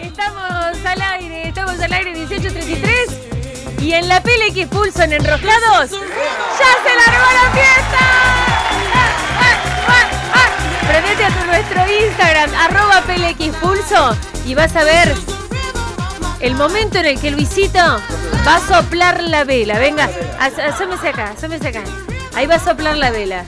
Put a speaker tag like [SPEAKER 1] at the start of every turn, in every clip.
[SPEAKER 1] estamos al aire, estamos al aire 1833. Y en la PLX Pulson enroscados, ¡ya se largó la fiesta! ¡Ah, ah, ah, ah! Prendete a tu- nuestro Instagram, arroba PLX Pulso, y vas a ver el momento en el que Luisito va a soplar la vela. Venga, as- asómese acá, asómese acá. Ahí va a soplar la vela.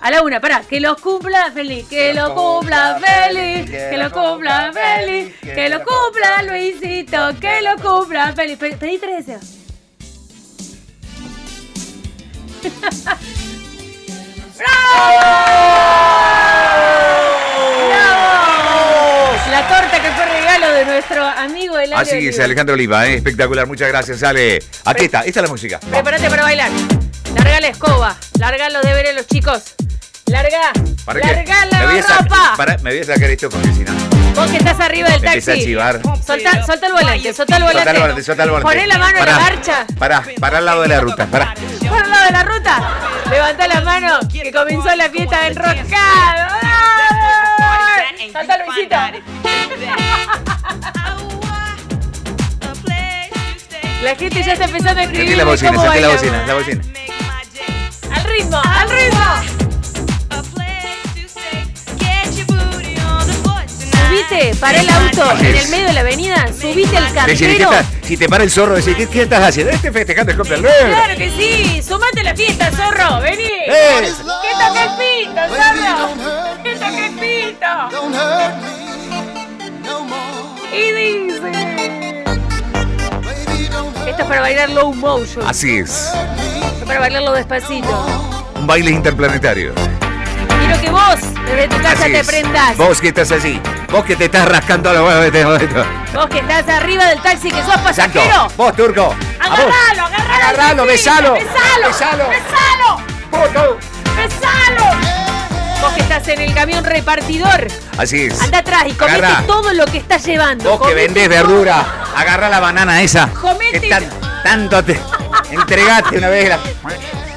[SPEAKER 1] A la una, pará, que los cumpla feliz, que lo cumpla feliz, que lo cumpla feliz, que lo cumpla Luisito, que lo cumpla feliz. Pe- Pedí tres deseos. ¡Bravo! La torta que fue regalo de nuestro amigo el
[SPEAKER 2] Así es, Alejandro Oliva, ¿eh? espectacular. Muchas gracias, Ale. Aquí está, esta es la música.
[SPEAKER 1] Prepárate para bailar. Larga la escoba. Larga los deberes los chicos. Larga.
[SPEAKER 2] ¿Para qué?
[SPEAKER 1] larga
[SPEAKER 2] Me voy
[SPEAKER 1] la
[SPEAKER 2] a sa-
[SPEAKER 1] ropa.
[SPEAKER 2] Pará, me voy a sacar esto porque si no.
[SPEAKER 1] Vos que estás arriba del taxi.
[SPEAKER 2] Empieza a chivar.
[SPEAKER 1] Solta, solta el volante, solta el volante.
[SPEAKER 2] Soltá el volante, soltá el volante.
[SPEAKER 1] Poné la mano
[SPEAKER 2] Pará,
[SPEAKER 1] en la marcha.
[SPEAKER 2] Pará, Ah, pará al lado de la ruta, pará.
[SPEAKER 1] Por el lado de la ruta. Levanta la mano que comenzó la fiesta de enroscado. ¡Ay! Salta Luisito. La gente ya está empezando a
[SPEAKER 2] Sentí
[SPEAKER 1] escribir.
[SPEAKER 2] la bocina,
[SPEAKER 1] cómo
[SPEAKER 2] sentí la
[SPEAKER 1] bailamos.
[SPEAKER 2] bocina, la bocina.
[SPEAKER 1] Al ritmo, al ritmo. Subite, para el auto
[SPEAKER 2] Así
[SPEAKER 1] en
[SPEAKER 2] es.
[SPEAKER 1] el medio de la avenida, subite al
[SPEAKER 2] Decirle, ¿qué
[SPEAKER 1] cartero.
[SPEAKER 2] estás? Si te para el zorro, decir, ¿qué, qué estás haciendo? Este festejando el cumpleaños.
[SPEAKER 1] Claro que sí, sumate a la fiesta, zorro, vení.
[SPEAKER 2] ¡Eh!
[SPEAKER 1] ¿Qué toca el pito, zorro? ¿Qué toca el pito? Y dice. Esto es para bailar low motion,
[SPEAKER 2] Así es,
[SPEAKER 1] esto es para bailarlo despacito.
[SPEAKER 2] un baile interplanetario.
[SPEAKER 1] Quiero que vos, desde tu casa,
[SPEAKER 2] Así
[SPEAKER 1] te
[SPEAKER 2] es.
[SPEAKER 1] prendas. Vos.
[SPEAKER 2] Vos que estás así, vos que te estás rascando los huevos en este momento.
[SPEAKER 1] que estás arriba del taxi, que sos
[SPEAKER 2] Exacto.
[SPEAKER 1] pasajero.
[SPEAKER 2] Vos, turco. A vos.
[SPEAKER 1] Agarralo, agarralo.
[SPEAKER 2] Agarralo,
[SPEAKER 1] al taxista,
[SPEAKER 2] besalo.
[SPEAKER 1] Besalo,
[SPEAKER 2] Besalo.
[SPEAKER 1] besalo.
[SPEAKER 2] Puto.
[SPEAKER 1] ¡Pesalo! Vos que estás en el camión repartidor,
[SPEAKER 2] Así es.
[SPEAKER 1] anda atrás y comete
[SPEAKER 2] Agarrá.
[SPEAKER 1] todo lo que estás llevando.
[SPEAKER 2] Vos que
[SPEAKER 1] Comete
[SPEAKER 2] vendés
[SPEAKER 1] todo.
[SPEAKER 2] verdura, agarrá la banana esa.
[SPEAKER 1] Comete-
[SPEAKER 2] Que tan- tanto te entregaste una vez. la-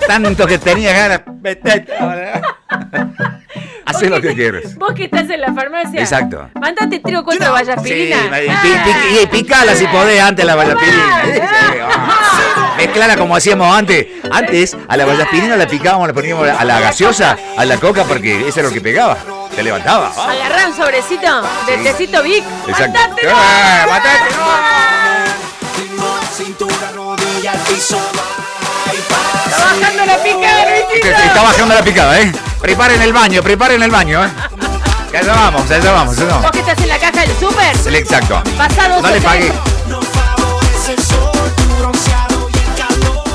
[SPEAKER 2] tanto que tenías ganas. Metete.
[SPEAKER 1] Vos
[SPEAKER 2] Hacé lo que
[SPEAKER 1] te-
[SPEAKER 2] quieres.
[SPEAKER 1] Vos que estás en la farmacia.
[SPEAKER 2] Exacto.
[SPEAKER 1] Mandate tres o cuatro Ah.
[SPEAKER 2] Sí,
[SPEAKER 1] vallaspirina.
[SPEAKER 2] y, pi- pi- y picala si podés antes la vallapirina. Sí, ah. Mezclala como hacíamos antes. Antes a la vallapirina la picábamos, la poníamos a la gaseosa, a la coca, porque eso era lo que pegaba. Te levantaba. ah.
[SPEAKER 1] Agarrá un sobrecito de
[SPEAKER 2] Sí.
[SPEAKER 1] tecito Vic.
[SPEAKER 2] Exacto.
[SPEAKER 1] Mandátelo.
[SPEAKER 2] Ah, mandátelo.
[SPEAKER 1] Está bajando la pica, Luisito.
[SPEAKER 2] Se está bajando la picada, ¿eh? Preparen el baño, preparen el baño, ¿eh? Ya allá vamos, ya allá vamos, ya
[SPEAKER 1] Vos
[SPEAKER 2] vamos.
[SPEAKER 1] que estás en la caja del
[SPEAKER 2] El
[SPEAKER 1] súper.
[SPEAKER 2] exacto.
[SPEAKER 1] Pasá dos
[SPEAKER 2] No
[SPEAKER 1] o
[SPEAKER 2] le
[SPEAKER 1] tres.
[SPEAKER 2] pagué.
[SPEAKER 3] No favorece el sol, tu bronceado y el calor.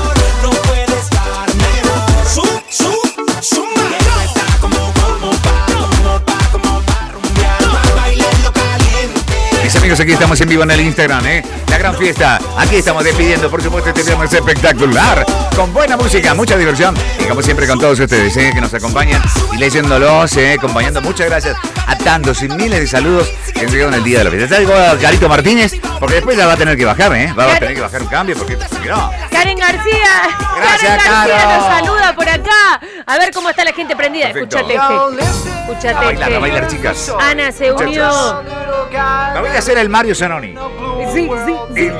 [SPEAKER 3] No puede estar mejor. Su, su, su, está como, como para, como para, como para rumbear. Pa' Bailando caliente.
[SPEAKER 2] Mis amigos, aquí estamos en vivo en el Instagram, ¿eh? La gran fiesta. Aquí estamos despidiendo, por supuesto, este viernes espectacular. Con buena música, mucha diversión. Y como siempre con todos ustedes, ¿eh? Que nos acompañan y leyéndolos, ¿eh? Acompañando. Muchas gracias a tantos y miles de saludos que han llegado en el día de la fiesta. Está Carito Martínez, porque después ya va a tener que bajar, ¿eh? Va a tener que bajar un cambio, porque porque no.
[SPEAKER 1] Karen García.
[SPEAKER 2] Gracias,
[SPEAKER 1] Karen García
[SPEAKER 2] Caro.
[SPEAKER 1] nos saluda por acá. A ver cómo está la gente prendida.
[SPEAKER 2] Perfecto.
[SPEAKER 1] Escúchate este. Escúchate
[SPEAKER 2] A Ah, bailar,
[SPEAKER 1] este.
[SPEAKER 2] a bailar, chicas.
[SPEAKER 1] Ana se unió.
[SPEAKER 2] Muchachos. Me voy a hacer el Mario Zanoni.
[SPEAKER 1] Sí, sí, sí.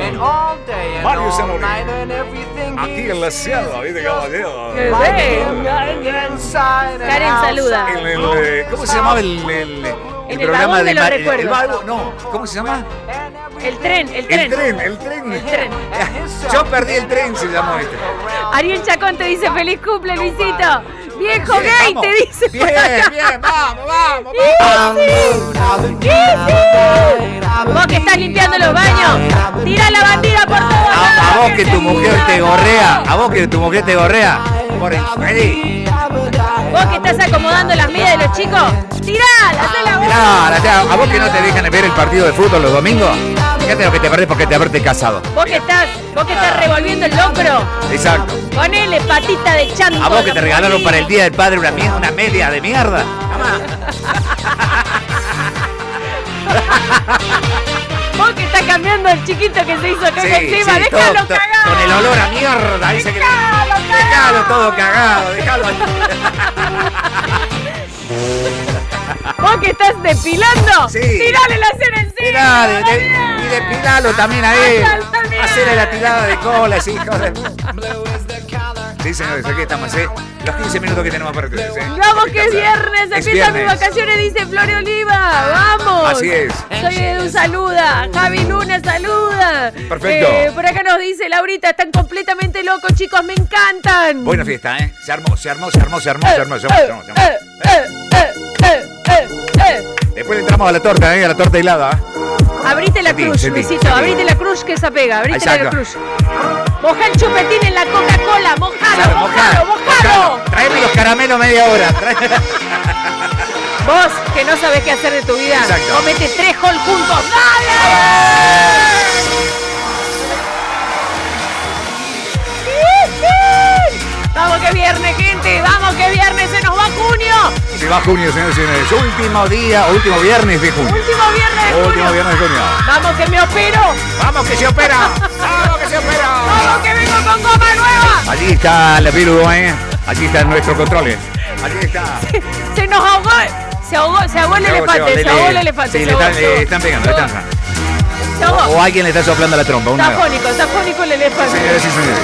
[SPEAKER 2] Mario Zanoni. Aquí en la ciudad, ¿viste, caballero?
[SPEAKER 1] Qué bueno. Karen saluda.
[SPEAKER 2] El- el, eh, ¿Cómo se llamaba el, el, el
[SPEAKER 1] el vagón de los
[SPEAKER 2] Ma-
[SPEAKER 1] recuerdos.
[SPEAKER 2] el vago- no, ¿cómo se llama?
[SPEAKER 1] El tren, el
[SPEAKER 2] El
[SPEAKER 1] tren.
[SPEAKER 2] tren, el tren.
[SPEAKER 1] tren.
[SPEAKER 2] Yo perdí el tren, se llamó este.
[SPEAKER 1] Ariel Chacón te dice feliz cumple, Luisito. Viejo
[SPEAKER 2] Bien,
[SPEAKER 1] gay,
[SPEAKER 2] vamos.
[SPEAKER 1] te dice. por
[SPEAKER 2] Bien,
[SPEAKER 1] acá.
[SPEAKER 2] bien, vamos, vamos,
[SPEAKER 1] Sí, sí. Sí, sí. Vos que estás limpiando los baños, tira la bandida por todos lados.
[SPEAKER 2] A, a vos que tu mujer te
[SPEAKER 1] seguimos.
[SPEAKER 2] gorrea, a vos que tu mujer te gorrea. Por el Freddy.
[SPEAKER 1] Vos que estás acomodando las medias de los chicos, tirala, hacé la
[SPEAKER 2] Ah, Mirá,
[SPEAKER 1] vos.
[SPEAKER 2] la- a vos que no te dejan ver el partido de fútbol los domingos. Fíjate lo que te perdés porque te haberte casado.
[SPEAKER 1] Vos que estás, vos que estás revolviendo el locro,
[SPEAKER 2] Exacto.
[SPEAKER 1] ponele patita de chanto.
[SPEAKER 2] A vos que te regalaron para el Día del Padre una, mie- una media de mierda.
[SPEAKER 1] Vos que estás cambiando el chiquito que se hizo acá encima,
[SPEAKER 2] sí, todo-
[SPEAKER 1] déjalo
[SPEAKER 2] todo-
[SPEAKER 1] cagar.
[SPEAKER 2] Con el olor a mierda, dice que.
[SPEAKER 1] Dejalo cagar.
[SPEAKER 2] Dejalo todo cagado, dejalo ahí.
[SPEAKER 1] Vos que estás depilando,
[SPEAKER 2] Sí.
[SPEAKER 1] tirale la cera encima.
[SPEAKER 2] Mirá, de- de-
[SPEAKER 1] Daniel.
[SPEAKER 2] depilalo también ahí. Hacele la tirada de colas, hijo de. Sí, señores, aquí estamos, ¿eh? Los 15 minutos que tenemos para ustedes, ¿eh?
[SPEAKER 1] Vamos que es viernes,
[SPEAKER 2] Es
[SPEAKER 1] empiezan mis
[SPEAKER 2] viernes.
[SPEAKER 1] vacaciones, dice Flore Oliva. Vamos.
[SPEAKER 2] Así es.
[SPEAKER 1] Soy Edu, saluda. Javi Luna, saluda. Eh,
[SPEAKER 2] Perfecto.
[SPEAKER 1] por acá nos dice Laurita, están completamente locos, chicos, me encantan.
[SPEAKER 2] Buena fiesta, ¿eh? Se armó, se armó, se armó, se armó, se armó, se armó, se armó, se armó.
[SPEAKER 1] Eh, eh, eh, eh, eh, eh, eh.
[SPEAKER 2] Después le entramos a la torta, ¿eh? A la torta helada. ¿eh?
[SPEAKER 1] Abrite la
[SPEAKER 2] Sentí,
[SPEAKER 1] cruz,
[SPEAKER 2] sentí,
[SPEAKER 1] Luisito,
[SPEAKER 2] sentí.
[SPEAKER 1] abrite la cruz que esa pega, abrite la
[SPEAKER 2] Exacto.
[SPEAKER 1] cruz. Moja el chupetín en la Coca-Cola, mojalo, mojalo, mojalo.
[SPEAKER 2] Traeme los caramelos media hora. traeme-
[SPEAKER 1] Vos que no sabés qué hacer de tu vida,
[SPEAKER 2] Exacto.
[SPEAKER 1] comete tres gol juntos. ¡Dale! ¡Sí, sí! Vamos que viernes, gente, vamos que viernes, se nos va junio.
[SPEAKER 2] Se va junio, señores y señores. Último día, último viernes de junio.
[SPEAKER 1] Último viernes de
[SPEAKER 2] Último
[SPEAKER 1] junio.
[SPEAKER 2] viernes de junio.
[SPEAKER 1] Vamos que me opero,
[SPEAKER 2] ¡Vamos que se opera! ¡Vamos que se opera!
[SPEAKER 1] vamos que vengo con goma nueva.
[SPEAKER 2] Allí está la piel uruguaya. Allí están nuestros controles. ¿eh? Allí está.
[SPEAKER 1] Se nos ahogó, se ahogó, se ahogó el
[SPEAKER 2] Se ahogó,
[SPEAKER 1] elefante, se ahogó el elefante.
[SPEAKER 2] Sí,
[SPEAKER 1] se
[SPEAKER 2] le
[SPEAKER 1] ahogó,
[SPEAKER 2] están,
[SPEAKER 1] se ahogó.
[SPEAKER 2] le están pegando,
[SPEAKER 1] Se
[SPEAKER 2] le
[SPEAKER 1] ahogó,
[SPEAKER 2] están pegando.
[SPEAKER 1] se ahogó.
[SPEAKER 2] O alguien le está soplando la trompa. Una
[SPEAKER 1] Está fónico, está fónico el elefante.
[SPEAKER 2] Señoras y señores.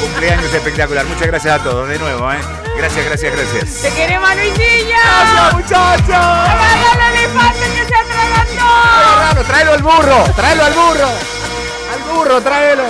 [SPEAKER 2] Cumpleaños espectacular. Muchas gracias a todos de nuevo, ¿eh? Gracias, gracias, gracias.
[SPEAKER 1] ¡Te queremos, Luisillo!
[SPEAKER 2] Ah,
[SPEAKER 1] ¡Gracias,
[SPEAKER 2] muchachos!
[SPEAKER 1] el elefante que se atragantó!
[SPEAKER 2] Agarralo, tráelo al burro, tráelo al burro. Al burro, tráelo.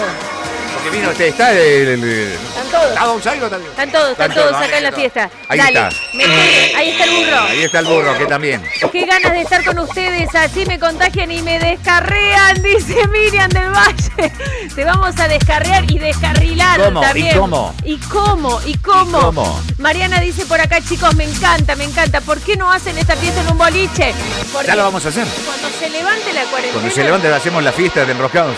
[SPEAKER 2] Porque vino, este está el. el- el-
[SPEAKER 1] Están todos.
[SPEAKER 2] está Don Zairo también.
[SPEAKER 1] Están todos, están
[SPEAKER 2] Están
[SPEAKER 1] todos
[SPEAKER 2] todos,
[SPEAKER 1] acá en la
[SPEAKER 2] ahí
[SPEAKER 1] fiesta.
[SPEAKER 2] está. Ahí
[SPEAKER 1] Dale,
[SPEAKER 2] está.
[SPEAKER 1] meté- ahí está el burro.
[SPEAKER 2] Ahí está el burro, que también.
[SPEAKER 1] Qué ganas de estar con ustedes, así me contagian y me descarrean, dice Miriam del Valle. Te vamos a descarrear y descarrilar
[SPEAKER 2] ¿Cómo? ¿Y
[SPEAKER 1] también.
[SPEAKER 2] cómo?
[SPEAKER 1] ¿Y cómo? ¿Y cómo?
[SPEAKER 2] ¿Y cómo?
[SPEAKER 1] Mariana dice por acá, chicos, me encanta, me encanta. ¿Por qué no hacen esta fiesta en un boliche? Porque
[SPEAKER 2] Ya lo vamos a hacer.
[SPEAKER 1] cuando se levante la cuarentena,
[SPEAKER 2] Cuando se levante hacemos la fiesta de enroscados.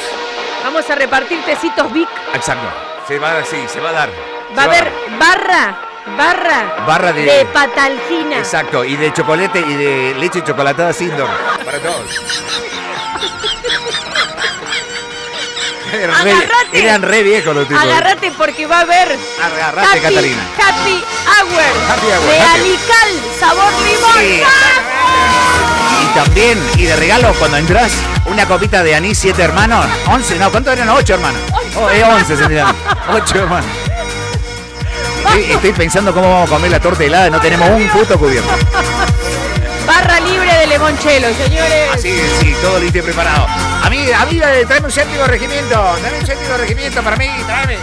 [SPEAKER 1] vamos a repartir tecitos Vic.
[SPEAKER 2] Exacto. Se va a sí, se va a dar. Se
[SPEAKER 1] Va a haber barra, barra
[SPEAKER 2] Barra de-
[SPEAKER 1] de patalgina.
[SPEAKER 2] Exacto, y de chocolate y de leche y chocolatada Sindor. Para todos. Eran re,
[SPEAKER 1] Agarrate.
[SPEAKER 2] eran re viejos los tipos.
[SPEAKER 1] Agárrate porque va a haber
[SPEAKER 2] Agarrate,
[SPEAKER 1] happy,
[SPEAKER 2] Catalina.
[SPEAKER 1] happy hour,
[SPEAKER 2] Happy hour,
[SPEAKER 1] de
[SPEAKER 2] happy.
[SPEAKER 1] Alical, sabor limón.
[SPEAKER 2] Sí.
[SPEAKER 1] ¡Ah!
[SPEAKER 2] Y también, y de regalo, cuando entras, una copita de anís, siete hermanos. Once, no, ¿cuántos eran? Ocho hermanos. Oh, eh, once se llaman. Ocho hermanos. Estoy, estoy pensando cómo vamos a comer la torta helada, no tenemos un puto cubierto.
[SPEAKER 1] Barra libre de limonchelo, señores.
[SPEAKER 2] Así que Ah, sí, todo listo y preparado. Amiga, amiga, tráeme un séptimo regimiento, tráeme un séptimo regimiento para mí, tráeme.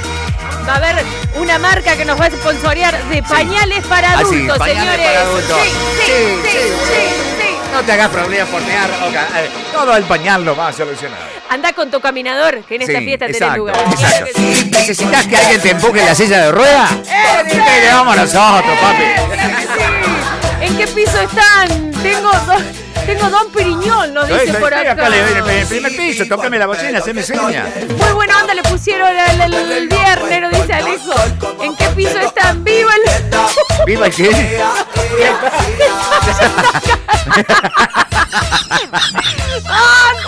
[SPEAKER 1] Va a haber una marca que nos va a sponsorear de pañales para
[SPEAKER 2] Ah, sí,
[SPEAKER 1] adultos,
[SPEAKER 2] pañales
[SPEAKER 1] señores.
[SPEAKER 2] para adultos.
[SPEAKER 1] Sí, sí,
[SPEAKER 2] Sí,
[SPEAKER 1] sí,
[SPEAKER 2] sí,
[SPEAKER 1] sí, sí.
[SPEAKER 2] No te hagas problemas por mear, oca, eh, todo el pañal lo va a solucionar.
[SPEAKER 1] Anda con tu caminador, que en esta
[SPEAKER 2] Sí,
[SPEAKER 1] fiesta tenés
[SPEAKER 2] exacto,
[SPEAKER 1] lugar.
[SPEAKER 2] exacto. ¿Necesitas que alguien te empuje en la silla de rueda?
[SPEAKER 1] ¡Eh, sí! ¡Eh,
[SPEAKER 2] Te llevamos nosotros,
[SPEAKER 1] Claro que
[SPEAKER 2] papi.
[SPEAKER 1] sí. ¿En qué piso están? Tengo don, tengo don Piriñón, nos dice por
[SPEAKER 2] Estoy
[SPEAKER 1] acá.
[SPEAKER 2] le- en el primer piso, tocame la bocina, haceme seña.
[SPEAKER 1] Muy buena onda le pusieron el, el- el viernes, nos dice Alejo. ¿En qué piso están? ¡Viva el...
[SPEAKER 2] ¿Viva el qué?
[SPEAKER 1] ¡Vamos!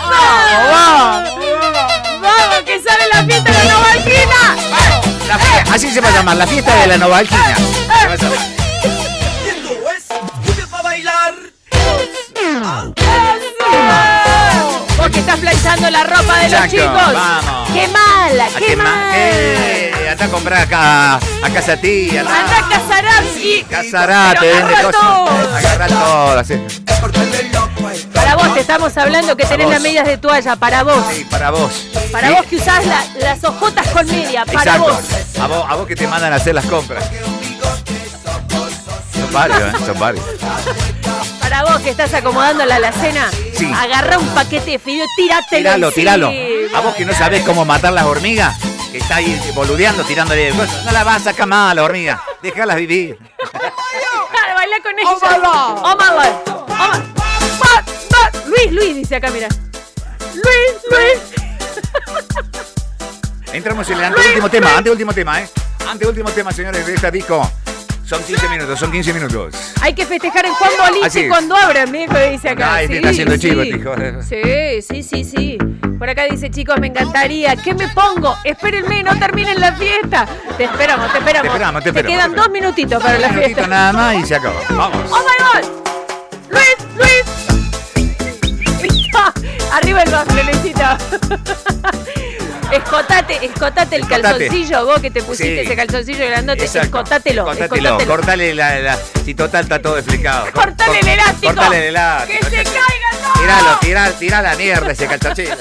[SPEAKER 2] ¡Vamos, vamos!
[SPEAKER 1] ¡Vamos, que sale la fiesta de la Novalquina!
[SPEAKER 2] La fie- Así se va a llamar, la fiesta de la novalquina.
[SPEAKER 1] Ah.
[SPEAKER 2] Se va a llamar.
[SPEAKER 1] ¡Eso! Vos que estás planchando la ropa de los
[SPEAKER 2] Exacto,
[SPEAKER 1] chicos.
[SPEAKER 2] vamos.
[SPEAKER 1] ¡Qué mala,
[SPEAKER 2] ¿A
[SPEAKER 1] qué
[SPEAKER 2] qué más?
[SPEAKER 1] mala!
[SPEAKER 2] Eh, anda a comprar acá a casa tía, la-
[SPEAKER 1] Anda a Casarapsi.
[SPEAKER 2] Casarate,
[SPEAKER 1] Pero
[SPEAKER 2] vende
[SPEAKER 1] agarra
[SPEAKER 2] cosas.
[SPEAKER 1] todo.
[SPEAKER 2] Agarra todo, así.
[SPEAKER 1] Para vos te estamos hablando que tenés
[SPEAKER 2] vos.
[SPEAKER 1] las medias de toalla, para vos.
[SPEAKER 2] Sí, para vos.
[SPEAKER 1] Para
[SPEAKER 2] Sí,
[SPEAKER 1] vos que usás la- las ojotas con media, para
[SPEAKER 2] Exacto.
[SPEAKER 1] vos.
[SPEAKER 2] A vos. A vos que te mandan a hacer las compras. Son varios, ¿eh? Son varios.
[SPEAKER 1] Para vos que estás acomodando la alacena.
[SPEAKER 2] Sí.
[SPEAKER 1] Agarra un paquete de fideo, tírate.
[SPEAKER 2] Tíralo, tíralo. A vos que no sabés cómo matar las hormigas, que está ahí boludeando, tirándole cosas. No la vas a sacar más a la hormiga. Déjalas vivir.
[SPEAKER 1] Claro, baila con ella. Oh my God. Oh my- Ba- ba- Luis, Luis dice acá, mira. Luis, Luis.
[SPEAKER 2] Entramos en el anteúltimo tema, anteúltimo tema, ¿eh? Anteúltimo tema, señores, de esta disco. Son 15 minutos, son 15 minutos.
[SPEAKER 1] Hay que festejar en Juan
[SPEAKER 2] Así
[SPEAKER 1] Boliche
[SPEAKER 2] es.
[SPEAKER 1] cuando abran, mi hijo dice acá.
[SPEAKER 2] Ay, te está haciendo este chivo, te dijo.
[SPEAKER 1] Sí, sí, sí, sí. Por acá dice, chicos, me encantaría. ¿Qué me pongo? Espérenme, no terminen la fiesta. Te esperamos, te esperamos.
[SPEAKER 2] Te esperamos, te
[SPEAKER 1] Te
[SPEAKER 2] esperamos,
[SPEAKER 1] quedan
[SPEAKER 2] te
[SPEAKER 1] dos
[SPEAKER 2] esperamos.
[SPEAKER 1] minutitos para la
[SPEAKER 2] Un minutito
[SPEAKER 1] fiesta.
[SPEAKER 2] nada más y se acabó. Vamos.
[SPEAKER 1] ¡Oh my god! ¡Luis! ¡Luis! Está, Arriba el bafle, Luisito. Escotate, escotate el
[SPEAKER 2] Escotate.
[SPEAKER 1] calzoncillo, vos que te pusiste
[SPEAKER 2] Sí.
[SPEAKER 1] ese calzoncillo grandote,
[SPEAKER 2] Exacto.
[SPEAKER 1] escotátelo,
[SPEAKER 2] Cortátelo,
[SPEAKER 1] escotátelo.
[SPEAKER 2] cortale la, la- Si total está todo explicado.
[SPEAKER 1] Cortale el elástico.
[SPEAKER 2] Cortale el elástico.
[SPEAKER 1] ¡Que se caiga todo!
[SPEAKER 2] Tiralo, tirá, tirá la mierda ese calzoncillo.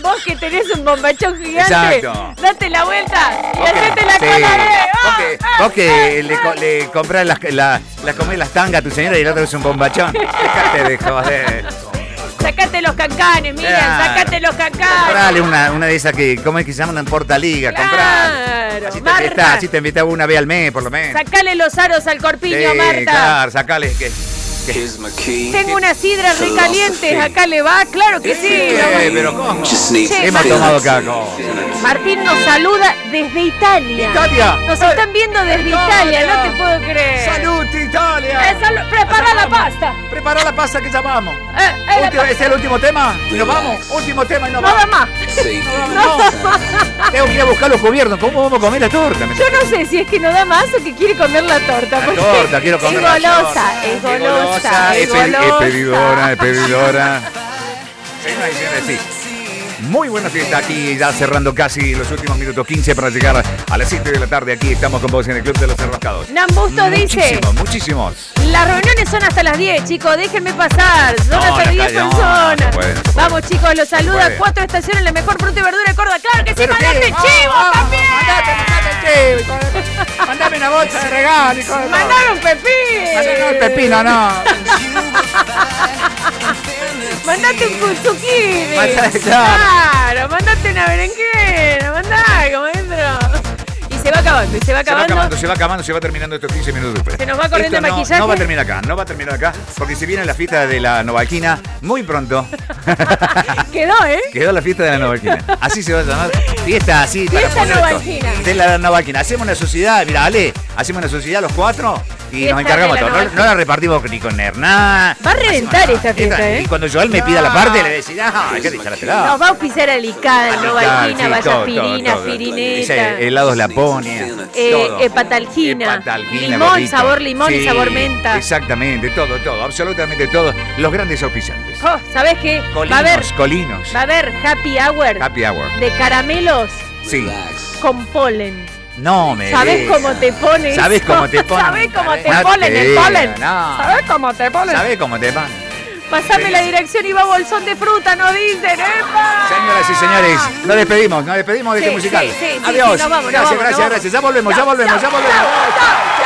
[SPEAKER 1] Vos que tenés un bombachón gigante,
[SPEAKER 2] Exacto.
[SPEAKER 1] date la vuelta y
[SPEAKER 2] Vos que-
[SPEAKER 1] hacete la
[SPEAKER 2] sí.
[SPEAKER 1] cola de...
[SPEAKER 2] Vos
[SPEAKER 1] ¡Ah!
[SPEAKER 2] que,
[SPEAKER 1] ¡Ah!
[SPEAKER 2] vos que
[SPEAKER 1] ¡Ah!
[SPEAKER 2] le, co- le comprás las, la- las comés las tangas a tu señora y el otro es un bombachón. Dejate de joder.
[SPEAKER 1] Sacate los cancanes, miren,
[SPEAKER 2] Claro.
[SPEAKER 1] sacate los cancanes.
[SPEAKER 2] Comprale una, una de esas que, ¿cómo es que se llama? Una portaliga,
[SPEAKER 1] Claro,
[SPEAKER 2] comprale. Así te,
[SPEAKER 1] Marta.
[SPEAKER 2] invitás, así te invitás una vez al mes, por lo menos.
[SPEAKER 1] Sacale los aros al corpiño,
[SPEAKER 2] Sí,
[SPEAKER 1] Marta.
[SPEAKER 2] Claro, sacale que...
[SPEAKER 4] Here's my key.
[SPEAKER 1] Tengo unas sidras recalientes, acá le va, claro que sí.
[SPEAKER 2] Eh,
[SPEAKER 1] lo voy-
[SPEAKER 2] pero ¿cómo?
[SPEAKER 4] Just need
[SPEAKER 1] Sí,
[SPEAKER 2] Hemos
[SPEAKER 1] Martín.
[SPEAKER 2] tomado caco.
[SPEAKER 1] Martín nos saluda desde Italia.
[SPEAKER 2] Italia.
[SPEAKER 1] Nos están viendo desde
[SPEAKER 2] Italia.
[SPEAKER 1] Italia, no te puedo creer.
[SPEAKER 2] ¡Salud, Italia!
[SPEAKER 1] Eh, salud. Prepara la pasta.
[SPEAKER 2] Prepara la pasta que ya vamos.
[SPEAKER 1] Eh, eh, la
[SPEAKER 2] Último-
[SPEAKER 1] pa-
[SPEAKER 2] ¿Es el último tema? Y nos vamos. Último tema y nos
[SPEAKER 1] Nada
[SPEAKER 2] vamos.
[SPEAKER 1] más.
[SPEAKER 2] No, Tengo que ir a buscar los gobiernos. ¿Cómo vamos a comer la torta? Me-
[SPEAKER 1] Yo no sé si es que no da más o que quiere comer la torta.
[SPEAKER 2] La
[SPEAKER 1] porque
[SPEAKER 2] torta, quiero comer
[SPEAKER 1] es
[SPEAKER 2] la
[SPEAKER 1] golosa,
[SPEAKER 2] torta.
[SPEAKER 1] Es
[SPEAKER 2] Qué
[SPEAKER 1] golosa, es
[SPEAKER 2] es pedi-
[SPEAKER 1] golosa.
[SPEAKER 2] es pedidora, es pedidora. Señoras y señores, sí. Muy buena fiesta aquí, ya cerrando casi los últimos minutos 15 para llegar a las 7 de la tarde. Aquí estamos con vos en el Club de los Enroscados.
[SPEAKER 1] Nambusto dice,
[SPEAKER 2] Muchísimos, muchísimos.
[SPEAKER 1] las reuniones son hasta las 10, chicos, déjenme pasar. Son
[SPEAKER 2] No,
[SPEAKER 1] hasta
[SPEAKER 2] no,
[SPEAKER 1] 10
[SPEAKER 2] no, no
[SPEAKER 1] personas.
[SPEAKER 2] puede, no puede.
[SPEAKER 1] Vamos, chicos, los saluda.
[SPEAKER 2] puede.
[SPEAKER 1] Cuatro estaciones, la mejor fruta y verdura de Córdoba. Claro que sí,
[SPEAKER 2] Pero
[SPEAKER 1] mandate
[SPEAKER 2] qué,
[SPEAKER 1] chivo
[SPEAKER 2] vamos, vamos,
[SPEAKER 1] también.
[SPEAKER 2] mandate, mandate chivo, hijo de- Mandame una bolsa de regalo, hijo de-
[SPEAKER 1] Mandar un pepín.
[SPEAKER 2] Mandame no, el pepino, no.
[SPEAKER 1] Mandate un cu- zucchini.
[SPEAKER 2] Mandate, claro.
[SPEAKER 1] claro, mandate una berenjena. Mandá algo, maestro. Y se va acabando, y se va
[SPEAKER 2] Se va
[SPEAKER 1] acabando.
[SPEAKER 2] acabando, se va acabando, se va terminando estos 15 minutos después.
[SPEAKER 1] Se nos va corriendo
[SPEAKER 2] Esto
[SPEAKER 1] el
[SPEAKER 2] no-
[SPEAKER 1] maquillaje.
[SPEAKER 2] No va a terminar acá, no va a terminar acá, porque se viene la fiesta de la Novalquina muy pronto.
[SPEAKER 1] Quedó, ¿eh?
[SPEAKER 2] Quedó la fiesta de la Novalquina. Así se va a llamar. Fiesta así para
[SPEAKER 1] Fiesta
[SPEAKER 2] poner esto.
[SPEAKER 1] Novalquina.
[SPEAKER 2] De la Novalquina. Hacemos una sociedad, mira, Ale, hacemos una sociedad los cuatro y
[SPEAKER 1] Fiesta
[SPEAKER 2] nos encargamos
[SPEAKER 1] de la
[SPEAKER 2] todo. No,
[SPEAKER 1] Novalquina.
[SPEAKER 2] no la repartimos ni con Hernán.
[SPEAKER 1] Va a reventar esta fiesta, ¿eh?
[SPEAKER 2] Y cuando Joel me pida la parte, le decís, ah, ya te
[SPEAKER 1] Nos va a auspiciar Alicán, Novalquina,
[SPEAKER 2] Claro, sí, todo,
[SPEAKER 1] Vallapirina,
[SPEAKER 2] todo, todo.
[SPEAKER 1] Firineta.
[SPEAKER 2] Dice, helados Laponia.
[SPEAKER 1] Eh,
[SPEAKER 2] todo.
[SPEAKER 1] hepatalgina.
[SPEAKER 2] Hepatalgina,
[SPEAKER 1] Limón,
[SPEAKER 2] papito.
[SPEAKER 1] sabor limón y
[SPEAKER 2] Sí,
[SPEAKER 1] sabor menta.
[SPEAKER 2] Exactamente, todo, todo, absolutamente todo. Los grandes auspiciantes.
[SPEAKER 1] Oh, ¿Sabés qué? Va a
[SPEAKER 2] Colinos,
[SPEAKER 1] haber,
[SPEAKER 2] colinos.
[SPEAKER 1] va a haber happy hour
[SPEAKER 2] Happy hour.
[SPEAKER 1] de caramelos
[SPEAKER 2] Sí.
[SPEAKER 1] con polen.
[SPEAKER 2] No me.
[SPEAKER 1] ¿Sabés
[SPEAKER 2] digas.
[SPEAKER 1] cómo te pones?
[SPEAKER 2] ¿Sabés cómo te ponen?
[SPEAKER 1] ¿Sabés cómo te
[SPEAKER 2] No
[SPEAKER 1] ponen
[SPEAKER 2] te
[SPEAKER 1] el
[SPEAKER 2] digo,
[SPEAKER 1] polen?
[SPEAKER 2] no.
[SPEAKER 1] ¿Sabés cómo te ponen?
[SPEAKER 2] ¿Sabés cómo te van?
[SPEAKER 1] Pasame la dirección y va bolsón de fruta, no dicen. ¡Epa!
[SPEAKER 2] Señoras y señores, nos despedimos, nos despedimos de
[SPEAKER 1] Sí,
[SPEAKER 2] este musical.
[SPEAKER 1] sí, sí, sí,
[SPEAKER 2] Adiós.
[SPEAKER 1] sí, nos vamos, nos
[SPEAKER 2] gracias,
[SPEAKER 1] vamos,
[SPEAKER 2] gracias,
[SPEAKER 1] nos
[SPEAKER 2] gracias. Ya volvemos, ya
[SPEAKER 1] Chau,
[SPEAKER 2] volvemos, ya
[SPEAKER 1] chau,
[SPEAKER 2] volvemos.
[SPEAKER 1] chau, chau, chau.